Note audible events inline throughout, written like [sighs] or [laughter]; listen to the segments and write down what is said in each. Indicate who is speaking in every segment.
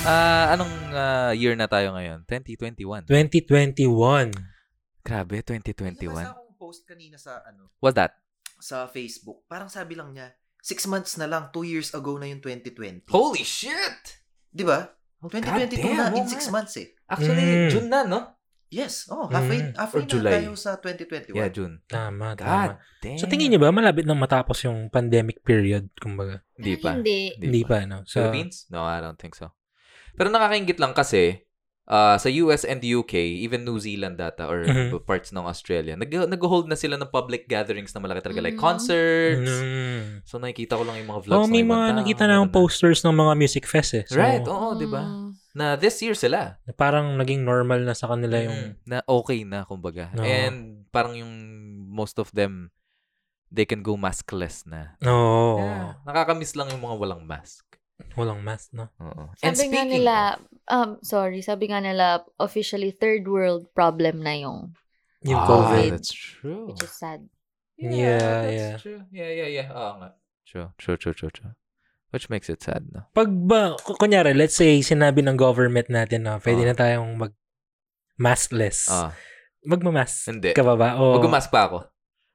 Speaker 1: Ah, anong ah, year na tayo ngayon? 2021.
Speaker 2: 2021.
Speaker 1: Grabe,
Speaker 3: May
Speaker 1: 2021.
Speaker 3: nabasa akong post kanina sa ano
Speaker 1: What's that?
Speaker 3: sa Facebook. Parang sabi lang niya, six months na lang, two years ago na yung 2020.
Speaker 1: Holy shit!
Speaker 3: Di ba?
Speaker 1: Oh,
Speaker 3: 2022
Speaker 1: goddamn,
Speaker 3: na
Speaker 1: oo
Speaker 3: in six
Speaker 1: nga.
Speaker 3: months eh.
Speaker 1: Actually,
Speaker 2: Mm.
Speaker 1: June na, no?
Speaker 3: Yes. Oh, halfway,
Speaker 2: Mm.
Speaker 1: Or
Speaker 3: halfway na
Speaker 1: July.
Speaker 3: tayo sa 2021.
Speaker 1: Yeah, June.
Speaker 2: Tama,
Speaker 1: God
Speaker 2: tama.
Speaker 1: damn.
Speaker 2: So tingin niyo ba malapit nang matapos yung pandemic period kumbaga?
Speaker 1: Hindi pa.
Speaker 4: Hindi.
Speaker 2: Hindi pa, no. So
Speaker 1: Philippines? No, I don't think so. Pero nakakaingit lang kasi ah, sa US and UK, even New Zealand data or
Speaker 2: Mhm.
Speaker 1: parts ng Australia, nag- nag-hold na sila ng public gatherings na malaki talaga like
Speaker 4: Mhm.
Speaker 1: concerts.
Speaker 2: Mm.
Speaker 1: So nakikita ko lang yung mga vlogs
Speaker 2: Oh,
Speaker 1: ng
Speaker 2: may
Speaker 1: ibang
Speaker 2: mga
Speaker 1: tao,
Speaker 2: nakita na akong
Speaker 1: ganun
Speaker 2: posters ng mga music fest eh. So,
Speaker 1: right, oh. oo, di ba?
Speaker 4: Mm.
Speaker 1: Na this year sila.
Speaker 2: Parang naging normal na sa kanila yung...
Speaker 1: Mm, na okay na kumbaga.
Speaker 2: Oo.
Speaker 1: And parang yung most of them they can go maskless na.
Speaker 2: Oo.
Speaker 1: Yeah. Nakakamiss lang yung mga walang mask.
Speaker 2: Walang mask, no?
Speaker 1: Oo. And
Speaker 4: Sabi nga
Speaker 1: speaking
Speaker 4: nila,
Speaker 1: of-
Speaker 4: um, sorry, sabi nga nila, officially third world problem na yung,
Speaker 2: Yung
Speaker 1: Ah,
Speaker 2: COVID.
Speaker 1: That's true.
Speaker 4: which is sad.
Speaker 2: Yeah,
Speaker 1: that's
Speaker 2: yeah.
Speaker 1: true. Yeah, yeah, yeah. Oo nga. True, true, true, true, true. Which makes it sad, no?
Speaker 2: Pag ba, k- kunyari, let's say, sinabi ng government natin na pwede
Speaker 1: Ah.
Speaker 2: na tayong mag maskless.
Speaker 1: Ah,
Speaker 2: Magmamask
Speaker 1: hindi.
Speaker 2: ka ba ba? O,
Speaker 1: Huwag umask pa ako.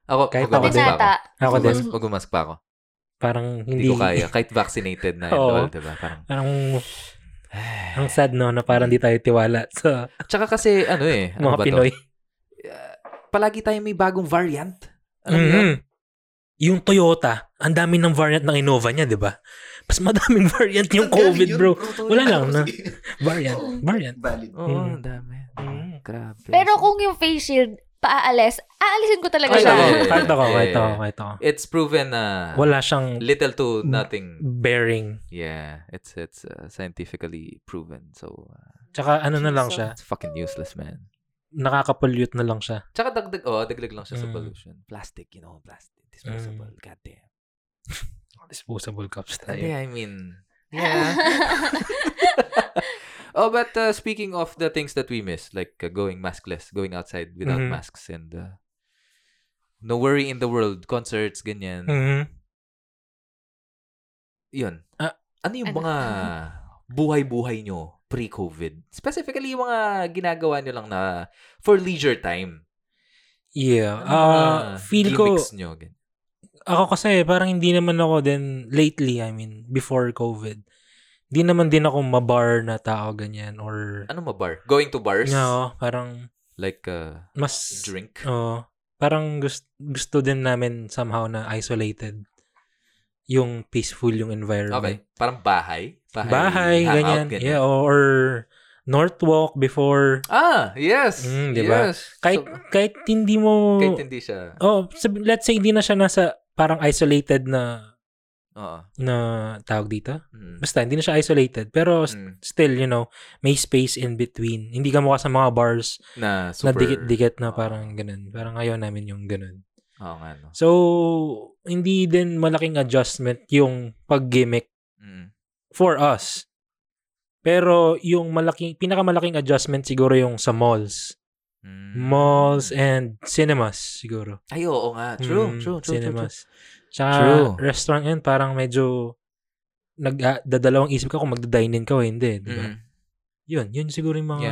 Speaker 1: Ako,
Speaker 2: Kahit
Speaker 1: huwag
Speaker 2: ako
Speaker 1: umask
Speaker 2: din.
Speaker 1: pa ako.
Speaker 4: Binata.
Speaker 2: Ako din.
Speaker 4: Mm.
Speaker 1: Huwag umask pa ako.
Speaker 2: Parang
Speaker 1: Hindi
Speaker 2: hindi,
Speaker 1: ko kaya. Kahit vaccinated na and
Speaker 2: Oo.
Speaker 1: all, diba? Parang,
Speaker 2: [laughs] Parang, ang sad no, na parang di tayo tiwala [laughs] sa
Speaker 1: [sighs] Tsaka kasi, ano eh, ano
Speaker 2: mga
Speaker 1: ba to?
Speaker 2: Pinoy.
Speaker 1: Uh, palagi tayong may bagong variant. Alam mo yun?
Speaker 2: Mhm. Yung Toyota, ang dami ng variant ng Innova niya, di ba? Mas madaming [laughs] variant yung
Speaker 3: Saan galing
Speaker 2: COVID,
Speaker 3: yun, Oh.
Speaker 2: bro.
Speaker 3: Tony?
Speaker 2: Wala lang,
Speaker 3: Ano
Speaker 2: no?
Speaker 3: kasi-
Speaker 2: Variant,
Speaker 3: Oo.
Speaker 2: variant.
Speaker 3: Valid.
Speaker 1: Oo,
Speaker 2: Mhm.
Speaker 1: ang dami.
Speaker 2: Mhm.
Speaker 1: Grabe.
Speaker 4: Pero kung yung face shield, paaalis, aalisin ko talaga
Speaker 1: Ay,
Speaker 4: siya.
Speaker 1: oo.
Speaker 2: Kahit ako,
Speaker 1: Yeah,
Speaker 2: kahit ako,
Speaker 1: yeah.
Speaker 2: kahit ako.
Speaker 1: It's proven na
Speaker 2: Wala Mm-hmm. siyang
Speaker 1: little to nothing.
Speaker 2: bearing.
Speaker 1: Yeah, it's it's uh, scientifically proven. So, uh,
Speaker 2: Tsaka ano na lang siya,
Speaker 1: it's fucking useless, man.
Speaker 2: nakakapollute na lang siya.
Speaker 1: Tsaka dagdag, oh, dagdag lang siya sa
Speaker 2: Mm.
Speaker 1: pollution. Plastic, you know, plastic. Disposable. Goddamn.
Speaker 2: Disposable cups tayo.
Speaker 1: Yeah, I mean, yeah. [laughs] oh, but uh, speaking of the things that we miss, like uh, going maskless, going outside without
Speaker 2: Mhm.
Speaker 1: masks and uh, no worry in the world, concerts, ganyan.
Speaker 2: Mhm.
Speaker 1: yun.
Speaker 2: Ah,
Speaker 1: ano yung
Speaker 4: ano?
Speaker 1: mga buhay-buhay nyo pre-COVID? Specifically, yung mga ginagawa nyo lang na for leisure time.
Speaker 2: Yeah.
Speaker 1: Ano
Speaker 2: Ah,
Speaker 1: mga
Speaker 2: feel ko,
Speaker 1: gimmicks nyo? Gan-
Speaker 2: ako kasi parang hindi naman ako then lately, I mean, before COVID, hindi naman din ako mabar na tao ganyan or
Speaker 1: Ano mga bar? Going to bars?
Speaker 2: no, parang
Speaker 1: Like, uh,
Speaker 2: mas
Speaker 1: drink?
Speaker 2: oh, parang gusto, gusto din namin somehow na isolated yung peaceful yung environment.
Speaker 1: Okay. Parang bahay?
Speaker 2: Bahay,
Speaker 1: hangout,
Speaker 2: ganyan. Yeah, or, or north walk before
Speaker 1: Ah, yes.
Speaker 2: Mm, di ba?
Speaker 1: Yes.
Speaker 2: kahit
Speaker 1: So,
Speaker 2: kahit hindi mo
Speaker 1: kahit hindi siya.
Speaker 2: oh, sabi- let's say hindi na siya nasa parang isolated na
Speaker 1: Oo.
Speaker 2: na tawag dito.
Speaker 1: Mm.
Speaker 2: Basta hindi na siya isolated pero s-
Speaker 1: Mm.
Speaker 2: still, you know, may space in between. Hindi ka mukha sa mga bars
Speaker 1: Na
Speaker 2: na
Speaker 1: super...
Speaker 2: dikit-dikit na
Speaker 1: Oo.
Speaker 2: parang ganun. Parang ayaw namin yung ganun.
Speaker 1: Oo nga, no?
Speaker 2: So, hindi din malaking adjustment yung pag-gimmick
Speaker 1: Mm.
Speaker 2: for us. Pero yung malaking, pinakamalaking adjustment siguro yung sa malls.
Speaker 1: Mm.
Speaker 2: Malls and cinemas siguro.
Speaker 1: Ay, oo nga. True,
Speaker 2: Mm,
Speaker 1: true, true, true, true.
Speaker 2: Cinemas. Tsaka
Speaker 1: True.
Speaker 2: restaurant yun, parang medyo nag ah, dadalawang isip ka kung magda-dine in ka o hindi, di ba?
Speaker 1: Mm.
Speaker 2: Yun, yun siguro yung mga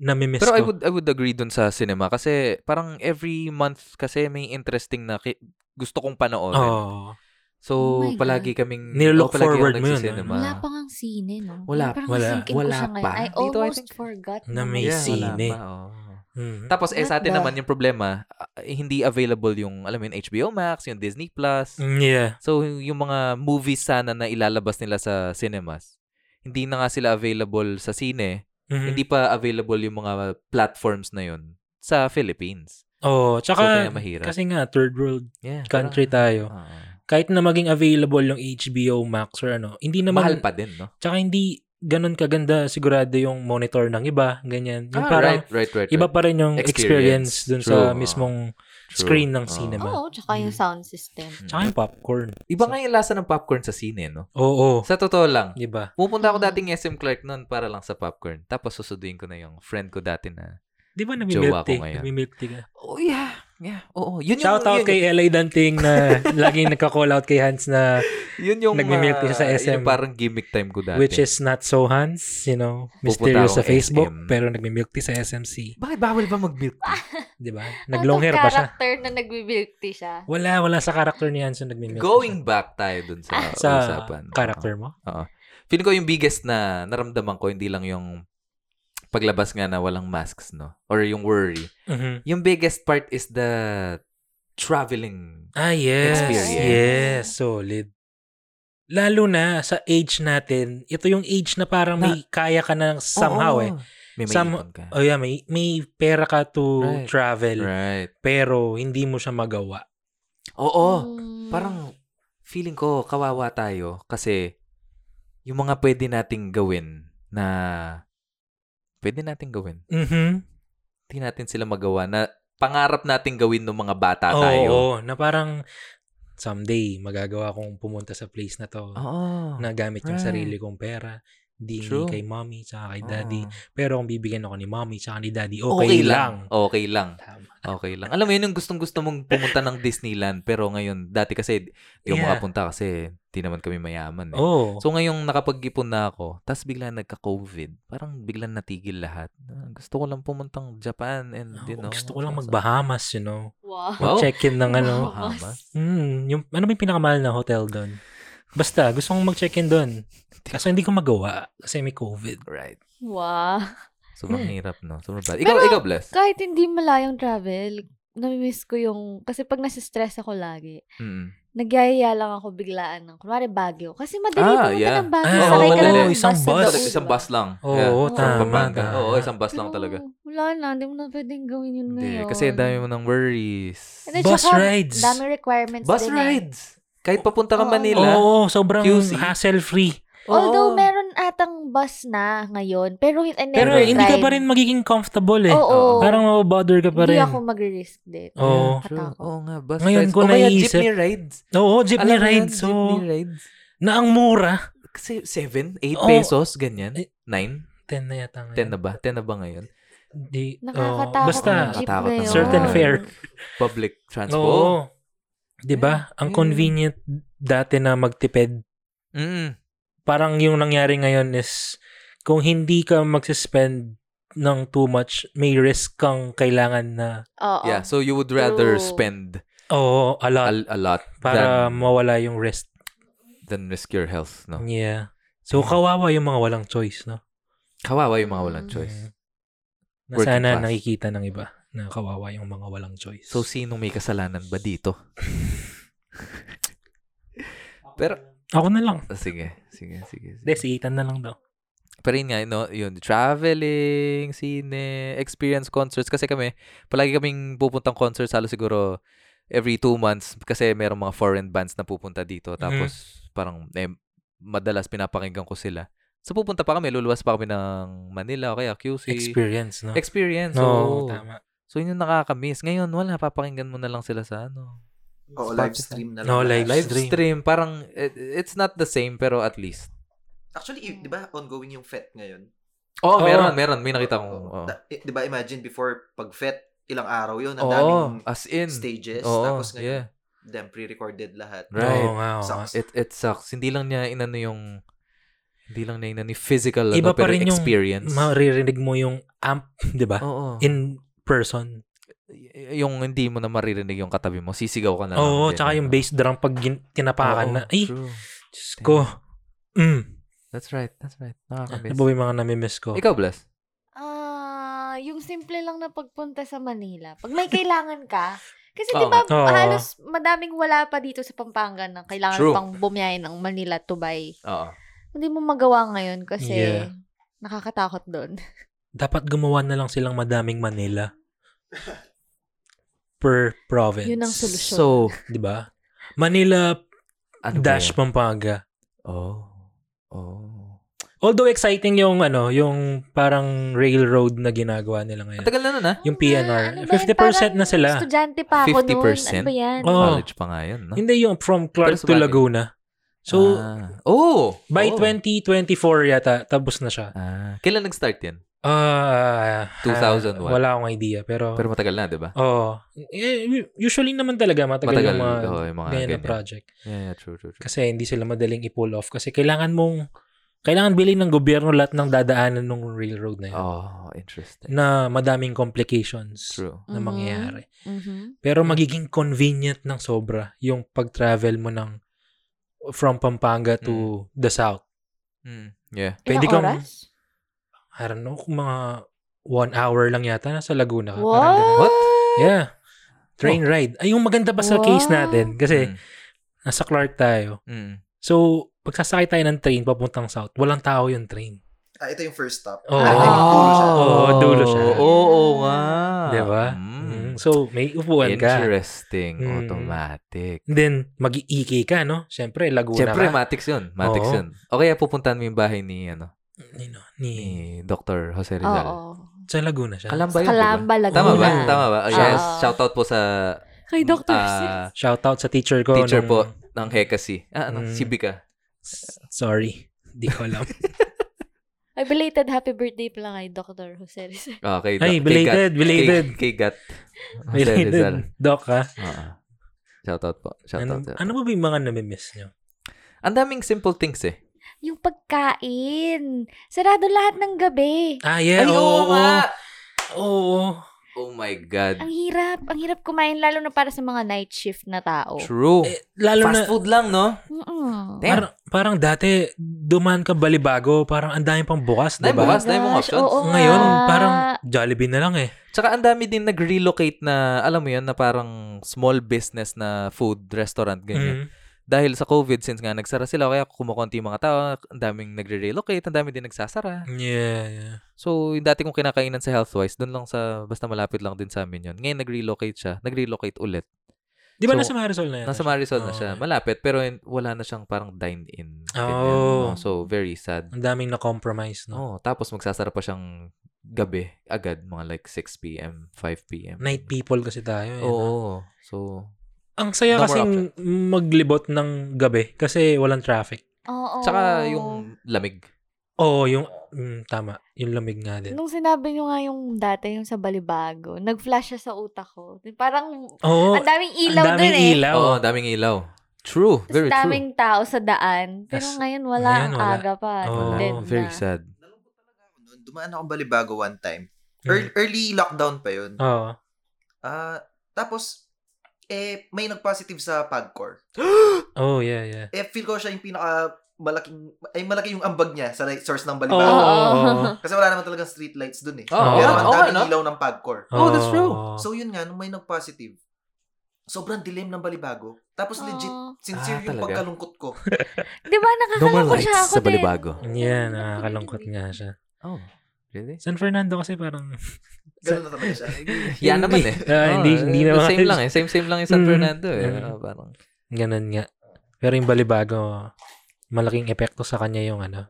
Speaker 2: namimiss
Speaker 1: Pero
Speaker 2: ko.
Speaker 1: I would I would agree dun sa cinema kasi parang every month kasi may interesting na ki- gusto kong panoorin.
Speaker 2: Oo.
Speaker 1: So
Speaker 4: Oh my God.
Speaker 1: palagi kaming oh,
Speaker 2: Nilolook
Speaker 1: palagi ako
Speaker 2: forward mo yun, ah.
Speaker 1: nagsisinema.
Speaker 4: Wala pa ngang sine, no?
Speaker 1: Diba? Wala,
Speaker 4: Parang
Speaker 2: wala,
Speaker 4: nasingkin ko
Speaker 1: wala
Speaker 4: siya ngayon.
Speaker 1: pa.
Speaker 4: I
Speaker 1: Dito, I
Speaker 4: almost
Speaker 1: think-
Speaker 4: forgot.
Speaker 2: Na may
Speaker 1: Yeah,
Speaker 2: scene. eh.
Speaker 1: wala
Speaker 2: sine.
Speaker 1: pa, oo.
Speaker 2: Mm.
Speaker 1: Tapos eh
Speaker 4: What
Speaker 1: sa atin
Speaker 4: the-
Speaker 1: naman yung problema, ah, hindi available yung alam mo yun, HBO Max, yung Disney Plus.
Speaker 2: Mm, yeah.
Speaker 1: So yung mga movies sana na ilalabas nila sa cinemas, hindi na nga sila available sa sine,
Speaker 2: Mhm.
Speaker 1: hindi pa available yung mga platforms na yun sa Philippines.
Speaker 2: Oo,
Speaker 1: So kaya
Speaker 2: tsaka
Speaker 1: mahirap.
Speaker 2: kasi nga third world
Speaker 1: Yeah,
Speaker 2: country tayo.
Speaker 1: parang- oo.
Speaker 2: Kahit na maging available yung HBO Max or ano, hindi naman
Speaker 1: Mahal pa din, no?
Speaker 2: Tsaka hindi ganun kaganda sigurado yung monitor ng iba, ganyan.
Speaker 1: Ah,
Speaker 2: Yung parang
Speaker 1: right, right, right.
Speaker 2: iba
Speaker 1: right.
Speaker 2: pa rin yung
Speaker 1: Experience.
Speaker 2: experience, dun
Speaker 1: True,
Speaker 2: sa
Speaker 1: oo.
Speaker 2: mismong
Speaker 1: True.
Speaker 2: screen ng
Speaker 1: Oo.
Speaker 2: cinema.
Speaker 4: Oo, tsaka yung sound system.
Speaker 1: Mm.
Speaker 2: Tsaka yung popcorn.
Speaker 1: Iba nga yung lasa ng popcorn sa sine, no?
Speaker 2: Oo,
Speaker 1: Sa totoo lang.
Speaker 2: di ba?
Speaker 1: Pupunta ako dating SM Clark noon para lang sa popcorn. Tapos susuduin ko na yung friend ko dati na,
Speaker 2: Di ba
Speaker 1: Jowa
Speaker 2: nami-milk
Speaker 1: ko
Speaker 2: tea?
Speaker 1: ngayon.
Speaker 2: Nami-milk tea ka.
Speaker 1: oh yeah, Yeah, oo. Yun yung,
Speaker 2: Shout
Speaker 1: yun,
Speaker 2: out kay LA Danting
Speaker 1: [laughs]
Speaker 2: na laging nagka-call out kay Hans na
Speaker 1: yun yung,
Speaker 2: nagme-milk
Speaker 1: ah,
Speaker 2: siya sa
Speaker 1: yun
Speaker 2: SM.
Speaker 1: yung parang gimmick time ko dati.
Speaker 2: which is not so Hans, you know,
Speaker 1: Pupunta
Speaker 2: mysterious sa
Speaker 1: akong
Speaker 2: Facebook
Speaker 1: SM.
Speaker 2: pero nagme-milk tea sa SMC,
Speaker 1: Bakit bawal ba mag-milk tea?
Speaker 2: 'di ba? Nag-long hair
Speaker 4: Out
Speaker 2: pa
Speaker 4: of
Speaker 2: siya.
Speaker 4: character na nagbibilk tea siya.
Speaker 2: Wala, wala sa character ni Hans yung nagme-milk tea
Speaker 1: Going back tayo dun sa,
Speaker 2: siya. Ah, sa
Speaker 1: usapan.
Speaker 2: character mo.
Speaker 1: Feeling ko yung biggest na naramdaman ko, hindi lang yung paglabas nga na walang masks, no? Or yung worry.
Speaker 2: Mhm.
Speaker 1: Yung biggest part is the traveling.
Speaker 2: Ah, yes.
Speaker 1: Experience.
Speaker 2: Yes, solid. Lalo na sa age natin, ito yung age na parang may kaya ka na somehow eh.
Speaker 1: Oo. May may
Speaker 2: Some-
Speaker 1: ipon ka.
Speaker 2: Oh yeah, may, may pera ka to
Speaker 1: Right.
Speaker 2: travel
Speaker 1: Right.
Speaker 2: pero hindi mo siya magawa.
Speaker 1: Oo.
Speaker 4: Mm.
Speaker 1: Parang feeling ko kawawa tayo kasi yung mga pwede nating gawin na pwede nating gawin.
Speaker 2: Mhm.
Speaker 1: Hindi natin sila magawa na pangarap nating gawin ng mga bata
Speaker 2: Oo,
Speaker 1: Ah, tayo.
Speaker 2: oo, na parang someday magagawa kong pumunta sa place na to
Speaker 1: Oo.
Speaker 2: na gamit yung
Speaker 1: Right.
Speaker 2: sarili kong pera. Hindi
Speaker 1: True.
Speaker 2: kay mommy tsaka kay
Speaker 1: Oo.
Speaker 2: daddy. Pero kung bibigyan ako ni mommy tsaka ni daddy, Hmm. okay,
Speaker 1: Okay,
Speaker 2: lang.
Speaker 1: lang. Okay lang.
Speaker 2: Tama.
Speaker 1: Okay lang. Alam mo yun yung gustong-gusto mong pumunta ng Disneyland pero ngayon dati kasi di ako
Speaker 2: Yeah. Oh.
Speaker 1: makapunta kasi di naman kami mayaman. Eh.
Speaker 2: Oo.
Speaker 1: So ngayong nakapag-ipon na ako, tapos bigla nagka-COVID, parang biglang natigil lahat. Ah, Gusto ko lang pumuntang Japan and
Speaker 2: Oo,
Speaker 1: you know. Oh,
Speaker 2: Oh, gusto ko
Speaker 1: sa-
Speaker 2: lang mag-Bahamas, you know.
Speaker 4: Wow.
Speaker 1: Wow.
Speaker 2: Mag-check-in ng ano.
Speaker 4: [laughs]
Speaker 1: Wow.
Speaker 2: Hmm, yung, ano ba yung pinakamahal na hotel doon? Basta, gusto kong mag-check-in doon. Kaso hindi ko magawa kasi may COVID.
Speaker 1: Right.
Speaker 4: Wow.
Speaker 1: Sobrang
Speaker 2: Hmm.
Speaker 1: hirap, no? Sobrang bad. Ikaw,
Speaker 4: Pero-
Speaker 1: ikaw, bless.
Speaker 4: Kahit hindi malayong travel, namimiss ko yung, kasi pag nasistress ako lagi,
Speaker 1: Mm.
Speaker 4: nagyayaya lang ako biglaan ng, kunwari Baguio. Kasi madali
Speaker 1: Ah,
Speaker 4: pumunta
Speaker 1: yeah.
Speaker 4: ng Baguio.
Speaker 2: Ah,
Speaker 4: Sakay ka
Speaker 2: oo,
Speaker 4: lang ng
Speaker 2: isang
Speaker 4: sa
Speaker 2: bus.
Speaker 4: Daug,
Speaker 1: Talaga, isang
Speaker 4: diba?
Speaker 1: bus lang.
Speaker 2: Oo,
Speaker 1: Yeah. From
Speaker 2: tama,
Speaker 1: Pampanga.
Speaker 2: tama.
Speaker 1: Oo, isang bus lang
Speaker 4: Pero
Speaker 1: talaga.
Speaker 4: Wala na, hindi mo na pwedeng gawin yun
Speaker 1: Hindi,
Speaker 4: ngayon.
Speaker 1: kasi ang dami mo ng worries.
Speaker 4: And then,
Speaker 2: Bus
Speaker 4: tsaka,
Speaker 2: rides.
Speaker 4: Dami requirements
Speaker 1: Bus
Speaker 4: din eh.
Speaker 1: rides! Kahit papunta ka
Speaker 4: Oo,
Speaker 1: Manila.
Speaker 2: Oo, sobrang
Speaker 1: QC.
Speaker 2: hassle-free.
Speaker 1: Oo.
Speaker 4: Although meron atang bus na ngayon, pero hin- I
Speaker 2: Pero
Speaker 4: never
Speaker 1: Meron.
Speaker 2: hindi ka
Speaker 4: tried.
Speaker 2: pa rin magiging comfortable eh.
Speaker 4: Oo.
Speaker 1: Oo.
Speaker 2: Parang mababother ka pa
Speaker 4: hindi
Speaker 2: rin.
Speaker 4: ako magre-risk din.
Speaker 2: Oo.
Speaker 1: Yeah, true.
Speaker 4: Katakot.
Speaker 1: Oo nga, bus
Speaker 2: Ngayon
Speaker 1: rides.
Speaker 2: ko
Speaker 1: o kaya
Speaker 2: naisip.
Speaker 1: jeepney rides.
Speaker 2: Oo, jeepney
Speaker 1: Alam mo yan,
Speaker 2: rides. So,
Speaker 1: Jeepney rides.
Speaker 2: na ang mura.
Speaker 1: Kasi 7, 8
Speaker 2: Oo.
Speaker 1: pesos, ganyan.
Speaker 2: Eh,
Speaker 1: 9?
Speaker 2: 10 na yata ngayon.
Speaker 1: 10 na ba? 10 na ba ngayon?
Speaker 2: Hindi. oo.
Speaker 4: Nakakatakot
Speaker 2: basta,
Speaker 4: ang jeep
Speaker 1: Nakakatakot
Speaker 4: ngayon.
Speaker 1: ng
Speaker 2: certain
Speaker 1: Oo.
Speaker 2: fare.
Speaker 1: Public transport.
Speaker 2: Oo. 'Di ba? Ang
Speaker 1: Mm.
Speaker 2: convenient dati na magtipid.
Speaker 1: Mm.
Speaker 2: Parang yung nangyari ngayon is kung hindi ka magsispend ng too much, may risk kang kailangan na
Speaker 4: Oo.
Speaker 1: Yeah, so you would rather
Speaker 4: Ah, True.
Speaker 1: spend
Speaker 2: oh,
Speaker 1: a,
Speaker 2: a lot
Speaker 1: a lot
Speaker 2: para
Speaker 1: than,
Speaker 2: mawala yung risk.
Speaker 1: than risk your health, no?
Speaker 2: Yeah. So kawawa yung mga walang choice, no?
Speaker 1: Kawawa yung mga walang choice.
Speaker 2: Yeah. Na
Speaker 1: Working
Speaker 2: sana
Speaker 1: class.
Speaker 2: nakikita ng iba na kawawa yung mga walang choice.
Speaker 1: So, sino may kasalanan ba dito? Pero,
Speaker 2: ako na lang.
Speaker 1: ah, sige, sige, sige. sige.
Speaker 2: Hindi, si Ethan na lang daw.
Speaker 1: Pero yun nga, no, yun, traveling, sine, experience concerts. Kasi kami, palagi kaming pupuntang concerts halos siguro every two months kasi merong mga foreign bands na pupunta dito.
Speaker 2: Mm-hmm.
Speaker 1: Tapos parang eh, madalas pinapakinggan ko sila. So pupunta pa kami, luluwas pa kami ng Manila o kaya QC.
Speaker 2: Experience, no?
Speaker 1: Experience.
Speaker 2: Oo,
Speaker 1: oo.
Speaker 2: tama.
Speaker 1: So yun yung nakakamiss. Ngayon, wala, papakinggan mo na lang sila sa ano.
Speaker 3: Oo,
Speaker 1: Spotify.
Speaker 3: live stream na lang.
Speaker 2: Oo, live- live
Speaker 1: Stream. Parang, it- it's not the same, pero at least.
Speaker 3: Actually, i- di ba ongoing yung FET ngayon?
Speaker 1: Oo,
Speaker 2: Oo.
Speaker 1: Oh, meron, meron. May nakita kong,
Speaker 3: Oo.
Speaker 1: oo.
Speaker 3: Na- i- Di ba imagine before pag FET, ilang araw yun, ang
Speaker 1: Oo,
Speaker 3: daming
Speaker 1: Oh, as in.
Speaker 3: stages.
Speaker 1: Oo,
Speaker 3: Tapos ngayon,
Speaker 1: yeah.
Speaker 3: damn, pre-recorded lahat.
Speaker 1: Right.
Speaker 2: Oo nga, oo nga.
Speaker 3: Sucks.
Speaker 1: It it sucks. Hindi lang niya inano yung hindi lang niya inano yung physical ano,
Speaker 2: Iba pa
Speaker 1: pero
Speaker 2: rin yung
Speaker 1: experience.
Speaker 2: maririnig mo yung amp, [laughs] di ba?
Speaker 1: Oo.
Speaker 2: In person.
Speaker 1: Y- yung hindi mo na maririnig yung katabi mo, sisigaw ka na. lang
Speaker 2: Oo,
Speaker 1: din,
Speaker 2: tsaka yung
Speaker 1: ano.
Speaker 2: bass drum pag gin- tinapakan
Speaker 1: Oo,
Speaker 2: na. Ay,
Speaker 1: true.
Speaker 2: Diyos ko. Mm.
Speaker 1: That's right. That's right. Nakakamiss.
Speaker 2: Ano ba yung mga namimiss ko?
Speaker 1: Ikaw, Blas.
Speaker 4: Ah, yung simple lang na pagpunta sa Manila. Pag may kailangan ka,
Speaker 1: [laughs]
Speaker 4: kasi
Speaker 1: Oo
Speaker 4: di ba
Speaker 2: nga. Oo.
Speaker 4: halos madaming wala pa dito sa Pampanga na kailangan
Speaker 1: True.
Speaker 4: pang bumiyahin ng Manila to buy.
Speaker 1: Oo.
Speaker 4: Hindi mo magawa ngayon kasi
Speaker 2: Yeah.
Speaker 4: nakakatakot doon.
Speaker 2: Dapat gumawa na lang silang madaming
Speaker 1: [laughs]
Speaker 2: Manila. per province.
Speaker 4: Yun ang solusyon.
Speaker 1: So,
Speaker 2: Di ba? Manila
Speaker 1: ano ba
Speaker 2: dash
Speaker 1: yan?
Speaker 2: Pampanga.
Speaker 1: Oh. Oh.
Speaker 2: Although exciting yung ano, yung parang railroad na ginagawa
Speaker 1: Ang
Speaker 2: nila ngayon.
Speaker 1: tagal na nun, ah. ha?
Speaker 2: Yung
Speaker 4: Oo nga,
Speaker 2: PNR.
Speaker 4: ano ba yan?
Speaker 2: 50% na
Speaker 4: Parang
Speaker 2: sila.
Speaker 4: Estudyante pa ako noon.
Speaker 1: 50%?
Speaker 4: Ano ba yan?
Speaker 2: Oo.
Speaker 1: College pa nga yun, no?
Speaker 2: Hindi yung from
Speaker 1: Pero
Speaker 2: Clark
Speaker 1: sa
Speaker 2: to
Speaker 1: bagay.
Speaker 2: Laguna. So,
Speaker 1: Ah. oh! oh.
Speaker 2: by 2024 yata, tapos na siya.
Speaker 1: Ah, kailan nag-start yan?
Speaker 2: Ah,
Speaker 1: 2000 what?
Speaker 2: Wala akong idea. Pero,
Speaker 1: Pero matagal na, di ba?
Speaker 2: oh, eh, usually naman talaga matagal,
Speaker 1: Matagal,
Speaker 2: yung mga,
Speaker 1: oo, yung mga
Speaker 2: ganyan na
Speaker 1: ganyan.
Speaker 2: project.
Speaker 1: Yeah, yeah, true, true, true.
Speaker 2: Kasi hindi sila madaling i-pull off. Kasi kailangan mong, kailangan bilhin ng gobyerno lahat ng dadaanan ng railroad na yun.
Speaker 1: Oh, interesting.
Speaker 2: Na madaming complications
Speaker 1: True.
Speaker 2: na
Speaker 4: Mhm.
Speaker 2: mangyayari.
Speaker 4: Mhm.
Speaker 2: Pero magiging convenient ng sobra yung pag-travel mo ng from Pampanga to the south.
Speaker 1: Mm. Yeah.
Speaker 2: Pwede
Speaker 4: Ilang
Speaker 2: kang-
Speaker 1: Ah,
Speaker 4: oras?
Speaker 2: I don't know, kung mga one hour lang yata nasa Laguna ka. Parang ganun.
Speaker 1: What?
Speaker 4: What?
Speaker 2: Yeah.
Speaker 1: Oh.
Speaker 2: Train ride. Ay, yung maganda pa sa case
Speaker 4: Wow.
Speaker 2: natin kasi
Speaker 1: Mm.
Speaker 2: nasa Clark tayo.
Speaker 1: Mm.
Speaker 2: So, pagsasakay tayo ng train papuntang south, walang tao yung train.
Speaker 3: Ah, ito yung first stop.
Speaker 1: Oh.
Speaker 2: Oo.
Speaker 3: Ah, ito yung dulo siya.
Speaker 2: Oo, dulo siya.
Speaker 1: Oo, oo nga.
Speaker 2: Di ba? Mm, kan.
Speaker 1: Mm.
Speaker 2: So, may upuan ka.
Speaker 1: Interesting.
Speaker 2: Mm.
Speaker 1: Automatic.
Speaker 2: And then, mag-iiki ka, no? Siyempre, Laguna
Speaker 1: Siyempre,
Speaker 2: ka.
Speaker 1: Matix yun. Matix
Speaker 2: Oo.
Speaker 1: yun. O kaya pupuntahan mo yung bahay ni, ano,
Speaker 2: Ni- no, ni,
Speaker 1: ni Dr. Jose Rizal.
Speaker 4: Oo.
Speaker 2: sa Laguna siya.
Speaker 1: Kalamba yun,
Speaker 4: Sa
Speaker 1: di ba?
Speaker 4: Calamba, Laguna.
Speaker 1: Tama ba?
Speaker 2: Laguna.
Speaker 1: Tama ba? Oh, yes.
Speaker 4: Oo.
Speaker 1: Shoutout po sa
Speaker 4: Kay Dr.
Speaker 1: ah,
Speaker 2: Shout out sa teacher ko.
Speaker 1: teacher
Speaker 2: nung-
Speaker 1: po ng Hekasi. Ah, ano?
Speaker 2: Mm.
Speaker 1: Si Bika.
Speaker 2: S- Sorry. [laughs] Di ko
Speaker 1: [laughs]
Speaker 2: alam.
Speaker 4: Ay, belated happy birthday pala kay Dr. Jose Rizal.
Speaker 1: Oh, kay,
Speaker 2: Ay,
Speaker 1: kay Gat.
Speaker 2: belated,
Speaker 1: Kay,
Speaker 2: belated.
Speaker 1: kay Gat. Jose Rizal.
Speaker 2: Belated. Doc, ha?
Speaker 1: Oo. Shoutout po. Shoutout.
Speaker 2: Ano,
Speaker 1: Ano,
Speaker 2: ano ba ba yung mga namimiss nyo?
Speaker 1: Ang daming simple things eh.
Speaker 4: Yung pagkain. Sarado lahat ng gabi.
Speaker 1: Mm.
Speaker 2: Ah, yeah.
Speaker 1: Ay,
Speaker 2: oo,
Speaker 1: oo
Speaker 2: oo,
Speaker 1: nga!
Speaker 2: oo.
Speaker 1: Oh my God.
Speaker 4: Ang hirap. Ang hirap kumain, lalo na para sa mga night shift na tao.
Speaker 1: True.
Speaker 2: Eh, lalo na,
Speaker 1: Oh, Fast food lang, no?
Speaker 4: Mm-mm.
Speaker 1: Damn.
Speaker 2: parang, parang dati, duman ka balibago, parang ang dami pang bukas,
Speaker 1: Dahil
Speaker 2: diba?
Speaker 1: bukas, dahil mong
Speaker 4: Oh Gosh,
Speaker 1: options.
Speaker 4: oo nga.
Speaker 2: Ngayon, parang Jollibee na lang eh.
Speaker 1: Tsaka ang dami din nag-relocate na, alam mo yun, na parang small business na food restaurant, ganyan.
Speaker 2: Mm.
Speaker 1: Dahil sa COVID, since nga nagsara sila, kaya kumukunti yung mga tao, ang daming nagre-relocate, ang dami din nagsasara.
Speaker 2: Yeah, yeah.
Speaker 1: So, yung dati kong kinakainan sa Healthwise, doon lang sa, basta malapit lang din sa amin yun. Ngayon, nag-relocate siya. Nag-relocate ulit.
Speaker 2: Di
Speaker 1: So,
Speaker 2: ba nasa Marisol na yan?
Speaker 1: Nasa Marisol na
Speaker 2: Oo.
Speaker 1: siya. Malapit, pero yun, wala na siyang parang dine-in. ganyan.
Speaker 2: Oh.
Speaker 1: So, very sad.
Speaker 2: Ang daming na-compromise, no?
Speaker 1: Oh, tapos magsasara pa siyang gabi agad, mga like 6 p.m., 5 p.m.
Speaker 2: Night people kasi tayo eh.
Speaker 1: Oo.
Speaker 2: no?
Speaker 1: So,
Speaker 2: Ang saya
Speaker 1: No more
Speaker 2: kasing maglibot ng gabi kasi walang traffic.
Speaker 4: Oo.
Speaker 1: Tsaka yung lamig.
Speaker 2: Oo, yung, mm, tama. Yung lamig nga din.
Speaker 4: Nung sinabi nyo nga yung dati, yung sa Balibago, nag-flash siya sa utak ko. Parang,
Speaker 1: Oh,
Speaker 2: Oo,
Speaker 4: ang daming ilaw
Speaker 2: ang daming
Speaker 4: dun eh.
Speaker 2: ilaw.
Speaker 1: Oo, daming ilaw. True,
Speaker 4: Tapos
Speaker 1: very
Speaker 4: daming
Speaker 1: true.
Speaker 4: tao sa daan. Pero
Speaker 2: Tas-
Speaker 4: ngayon, wala.
Speaker 2: ngayon,
Speaker 4: ang
Speaker 2: wala.
Speaker 4: aga pa.
Speaker 2: Oo,
Speaker 4: dead
Speaker 1: Wala. Oh, very
Speaker 4: na.
Speaker 1: sad.
Speaker 3: Nalungkot talaga ako noon. Dumaan ako Balibago one time.
Speaker 2: Mm.
Speaker 3: Ear- Early lockdown pa yun.
Speaker 2: Oo.
Speaker 3: Ah, tapos, eh, may nag-positive sa Pagcor.
Speaker 2: Oh, yeah, yeah.
Speaker 3: Eh, feel ko siya yung pinaka malaking, ay malaki yung ambag niya sa like, source
Speaker 2: Oo,
Speaker 3: ng Balibago.
Speaker 2: oo, oo.
Speaker 3: Kasi wala naman talagang streetlights dun eh.
Speaker 1: Oo,
Speaker 2: Oo.
Speaker 3: Pero ang
Speaker 1: oo,
Speaker 3: daming
Speaker 1: ano?
Speaker 3: ilaw ng Pagcor.
Speaker 1: [laughs] Oh, that's true.
Speaker 2: Oo.
Speaker 3: So yun nga, nung may nag-positive, sobrang dilim ng Balibago. Tapos legit,
Speaker 4: Oo.
Speaker 1: Ah,
Speaker 3: sincere yung
Speaker 1: talaga?
Speaker 3: pagkalungkot ko.
Speaker 4: Di ba, nakakalungkot siya ako
Speaker 1: sa
Speaker 4: din.
Speaker 1: Balibago.
Speaker 2: yeah, nakakalungkot nga siya.
Speaker 1: Oh, really?
Speaker 2: San Fernando kasi
Speaker 1: [laughs]
Speaker 2: parang...
Speaker 3: Ganun na talaga siya.
Speaker 1: Yan naman eh.
Speaker 2: [laughs] Ah, hindi,
Speaker 1: Oo,
Speaker 2: hindi
Speaker 1: eh,
Speaker 2: naman.
Speaker 1: Same lang eh. Same, same lang yung San
Speaker 2: Mm.
Speaker 1: Fernando eh.
Speaker 2: Mm.
Speaker 1: Oo, parang,
Speaker 2: [laughs] Ganun nga. Pero yung Balibago, malaking epekto sa kanya yung ano.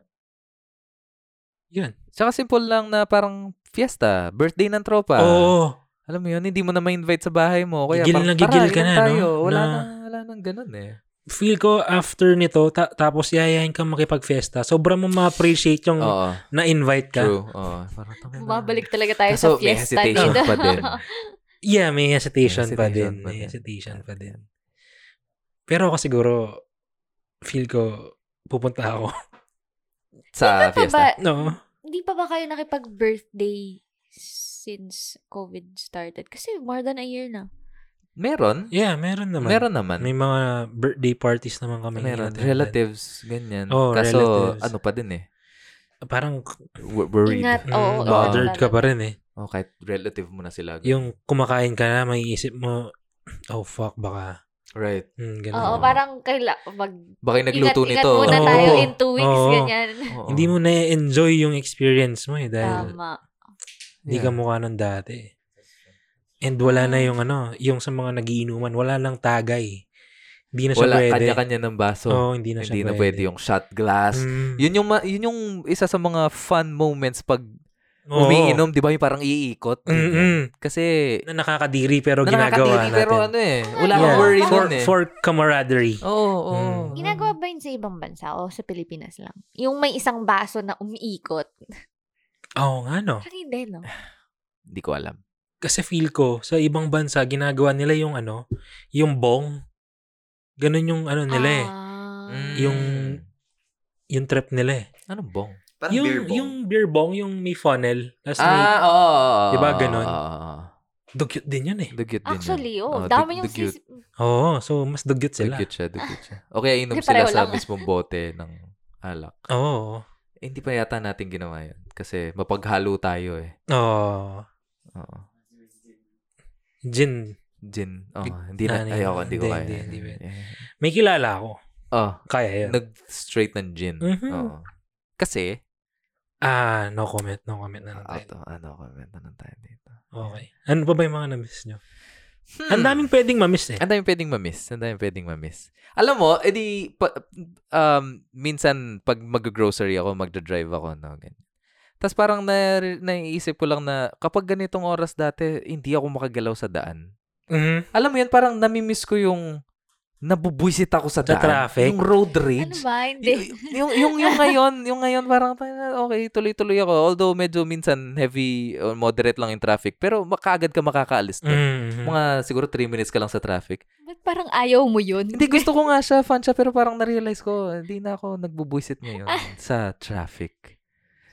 Speaker 2: Yun.
Speaker 1: tsaka simple lang na parang fiesta, birthday ng tropa.
Speaker 2: Oo.
Speaker 1: Alam mo yun, hindi mo na ma-invite sa bahay mo. Kaya
Speaker 2: Oh. Gigil
Speaker 1: parang,
Speaker 2: na gigil
Speaker 1: tara,
Speaker 2: ka
Speaker 1: yun
Speaker 2: na,
Speaker 1: tayo.
Speaker 2: no?
Speaker 1: Wala
Speaker 2: Na-
Speaker 1: na, wala nang ganun eh.
Speaker 2: Feel ko after nito, ta- tapos yayain kang makipag-fiesta, sobrang mo ma-appreciate yung
Speaker 1: Oo,
Speaker 2: na-invite ka.
Speaker 1: Oh. true. Oo, parang tangin na.
Speaker 4: Bumabalik talaga tayo
Speaker 1: Kaso
Speaker 4: sa
Speaker 1: may
Speaker 4: fiesta
Speaker 1: hesitation
Speaker 4: dito.
Speaker 1: pa
Speaker 4: [laughs]
Speaker 1: din.
Speaker 2: Yeah, may hesitation,
Speaker 1: May
Speaker 2: pa
Speaker 1: hesitation
Speaker 2: din.
Speaker 1: pa
Speaker 2: May
Speaker 1: din.
Speaker 2: hesitation pa din. Pero ako siguro, feel ko, pupunta ako. [laughs]
Speaker 1: Sa
Speaker 4: Ano pa
Speaker 1: Ah, fiesta.
Speaker 4: ba,
Speaker 2: No?
Speaker 4: di pa ba kayo nakipag-birthday since COVID started? Kasi more than a year na.
Speaker 1: Meron.
Speaker 2: Yeah, meron naman.
Speaker 1: Meron naman.
Speaker 2: May mga birthday parties naman kami.
Speaker 1: Meron.
Speaker 2: inaattend.
Speaker 1: Relatives, ganyan.
Speaker 2: Oo,
Speaker 1: Kaso,
Speaker 2: Oh, relatives.
Speaker 1: ano pa din eh.
Speaker 2: Parang
Speaker 1: wo- Worried.
Speaker 4: Ingat,
Speaker 2: mm,
Speaker 4: oo.
Speaker 1: ingat
Speaker 2: bothered ka
Speaker 4: talaga.
Speaker 2: pa rin eh.
Speaker 1: Oh, kahit relative mo na sila.
Speaker 2: Yung kumakain ka na, may isip mo, oh fuck, baka.
Speaker 1: Right.
Speaker 2: Mm, ganun.
Speaker 4: Oo, parang kaila, mag,
Speaker 1: Baka yung nagluto
Speaker 4: ingat,
Speaker 1: nito.
Speaker 4: Ingat muna
Speaker 2: Oo.
Speaker 4: tayo eh. in two weeks,
Speaker 2: Oo.
Speaker 4: ganyan.
Speaker 1: Oo.
Speaker 2: Hindi mo na-enjoy yung experience mo eh dahil
Speaker 4: Tama.
Speaker 2: hindi
Speaker 1: Yeah.
Speaker 2: ka mukha nung dati. And
Speaker 1: Mm.
Speaker 2: wala na yung ano, yung sa mga nagiinuman, wala lang tagay. Hindi na siya
Speaker 1: Wala,
Speaker 2: pwede.
Speaker 1: kanya-kanya ng baso.
Speaker 2: Oo, hindi na siya
Speaker 1: hindi
Speaker 2: pwede.
Speaker 1: na pwede yung shot glass.
Speaker 2: Mm.
Speaker 1: Yun yung ma- yun yung isa sa mga fun moments pag
Speaker 2: Oo.
Speaker 1: umiinom, 'di ba? Yung parang iikot. ganyan.
Speaker 2: Mm-mm.
Speaker 1: Kasi
Speaker 2: Na nakakadiri pero
Speaker 1: na
Speaker 2: ginagawa
Speaker 1: nakakatiri,
Speaker 2: natin.
Speaker 1: pero ano eh, wala
Speaker 4: Yeah.
Speaker 1: kang worry
Speaker 2: for,
Speaker 1: nun eh.
Speaker 2: for camaraderie.
Speaker 1: Oo, oo.
Speaker 2: Mm.
Speaker 4: Ginagawa ba yun sa ibang bansa o sa Pilipinas lang? Yung may isang baso na umiikot.
Speaker 2: Oo nga, no?
Speaker 4: Parang hindi, no?
Speaker 1: Hindi ko alam.
Speaker 2: Kasi feel ko, sa ibang bansa, ginagawa nila yung ano, yung bong. Ganun yung ano nila eh.
Speaker 4: Ah.
Speaker 1: Mm.
Speaker 2: Yung- Yung trip nila eh.
Speaker 1: Anong ano, bong?
Speaker 3: Parang
Speaker 2: Yung,
Speaker 3: beer bong.
Speaker 2: yung beer bong, yung may funnel. Tapos may
Speaker 1: oo. Oh,
Speaker 2: Diba, ganun? dugyot din yun eh.
Speaker 1: Dugyot din
Speaker 4: Actually,
Speaker 1: yun.
Speaker 4: oh,
Speaker 1: Oo, dug-
Speaker 4: dami yung
Speaker 1: dugyot.
Speaker 4: sis-
Speaker 2: Oo, so mas dugyot sila.
Speaker 1: Dugyot siya, dugyot siya. [laughs] Okay, inom
Speaker 4: Hindi,
Speaker 1: sila
Speaker 4: pareho
Speaker 1: sa
Speaker 4: lang.
Speaker 1: mismong bote ng alak.
Speaker 2: Oo.
Speaker 1: Eh, hindi pa yata natin ginawa yun. Kasi mapaghalo tayo eh.
Speaker 2: Oo.
Speaker 1: Oo.
Speaker 2: Gin.
Speaker 1: Gin. Oh, hindi na.
Speaker 2: Ano yun?
Speaker 1: Ayoko, hindi ko
Speaker 2: Hindi,
Speaker 1: kaya.
Speaker 2: hindi, hindi, hindi.
Speaker 1: Eh,
Speaker 2: May kilala ako.
Speaker 1: Oh,
Speaker 2: Kaya yun.
Speaker 1: nag-straight ng gin.
Speaker 2: Mhm.
Speaker 1: Oo. Kasi,
Speaker 2: Ah, no comment. No comment na lang
Speaker 1: auto,
Speaker 2: tayo.
Speaker 1: ano, comment na lang tayo dito.
Speaker 2: Okay. Ano pa ba yung mga na-miss nyo?
Speaker 1: Hmm.
Speaker 2: Ang daming pwedeng ma-miss eh.
Speaker 1: Ang dami pwedeng ma-miss. Ang dami pwedeng ma-miss. Alam mo, edi, pa- um, minsan, pag mag-grocery ako, magdadrive ako, no, ganyan. Tapos parang na, naiisip ko lang na kapag ganitong oras dati, hindi ako makagalaw sa daan.
Speaker 2: Mhm.
Speaker 1: Alam mo yun, parang namimiss ko yung nabubwisit ako sa,
Speaker 2: Sa
Speaker 1: daan.
Speaker 2: traffic?
Speaker 1: Yung road
Speaker 4: Ano
Speaker 1: rage.
Speaker 4: ba? Hindi.
Speaker 1: Y- yung, yung, yung ngayon, yung ngayon parang "Tangina, okay, tuloy-tuloy ako. Although medyo minsan heavy or moderate lang yung traffic. Pero makaagad ka makakaalis. doon.
Speaker 2: Mhm.
Speaker 1: Mga siguro 3 minutes ka lang sa traffic.
Speaker 4: Ba't parang ayaw mo yun?
Speaker 1: Hindi, gusto ko nga siya, fan siya, pero parang na-realize ko, hindi na ako nagbubuisit ngayon
Speaker 4: Ah.
Speaker 1: sa traffic.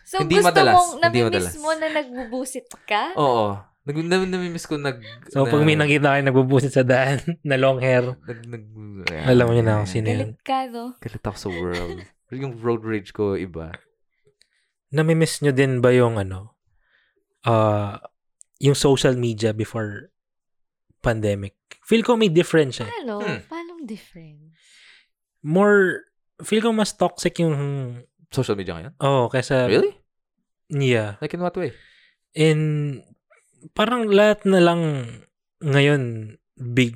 Speaker 4: So,
Speaker 1: Hindi
Speaker 4: gusto
Speaker 1: madalas.
Speaker 4: mong
Speaker 1: Hindi
Speaker 4: namimiss
Speaker 1: madalas.
Speaker 4: mo na nagbubusit ka?
Speaker 1: Oo. Nag, na, namimiss ko nag...
Speaker 2: So, pag may nakita kayo nagbubusit sa daan [laughs] na long hair,
Speaker 1: nag, nag,
Speaker 2: alam niyo na kung sino yun.
Speaker 4: Galit ka, no?
Speaker 1: Galit ako sa world. yung road rage ko, iba.
Speaker 2: Nami-miss nyo din ba yung ano, ah, yung social media before pandemic? Feel ko may difference eh.
Speaker 4: Paano?
Speaker 1: Hmm.
Speaker 4: Paano different?
Speaker 2: More, feel ko mas toxic yung,
Speaker 1: Social media ngayon?
Speaker 2: oh, kaysa,
Speaker 1: Really?
Speaker 2: yeah.
Speaker 1: Like in what way?
Speaker 2: And, parang lahat na lang ngayon, big.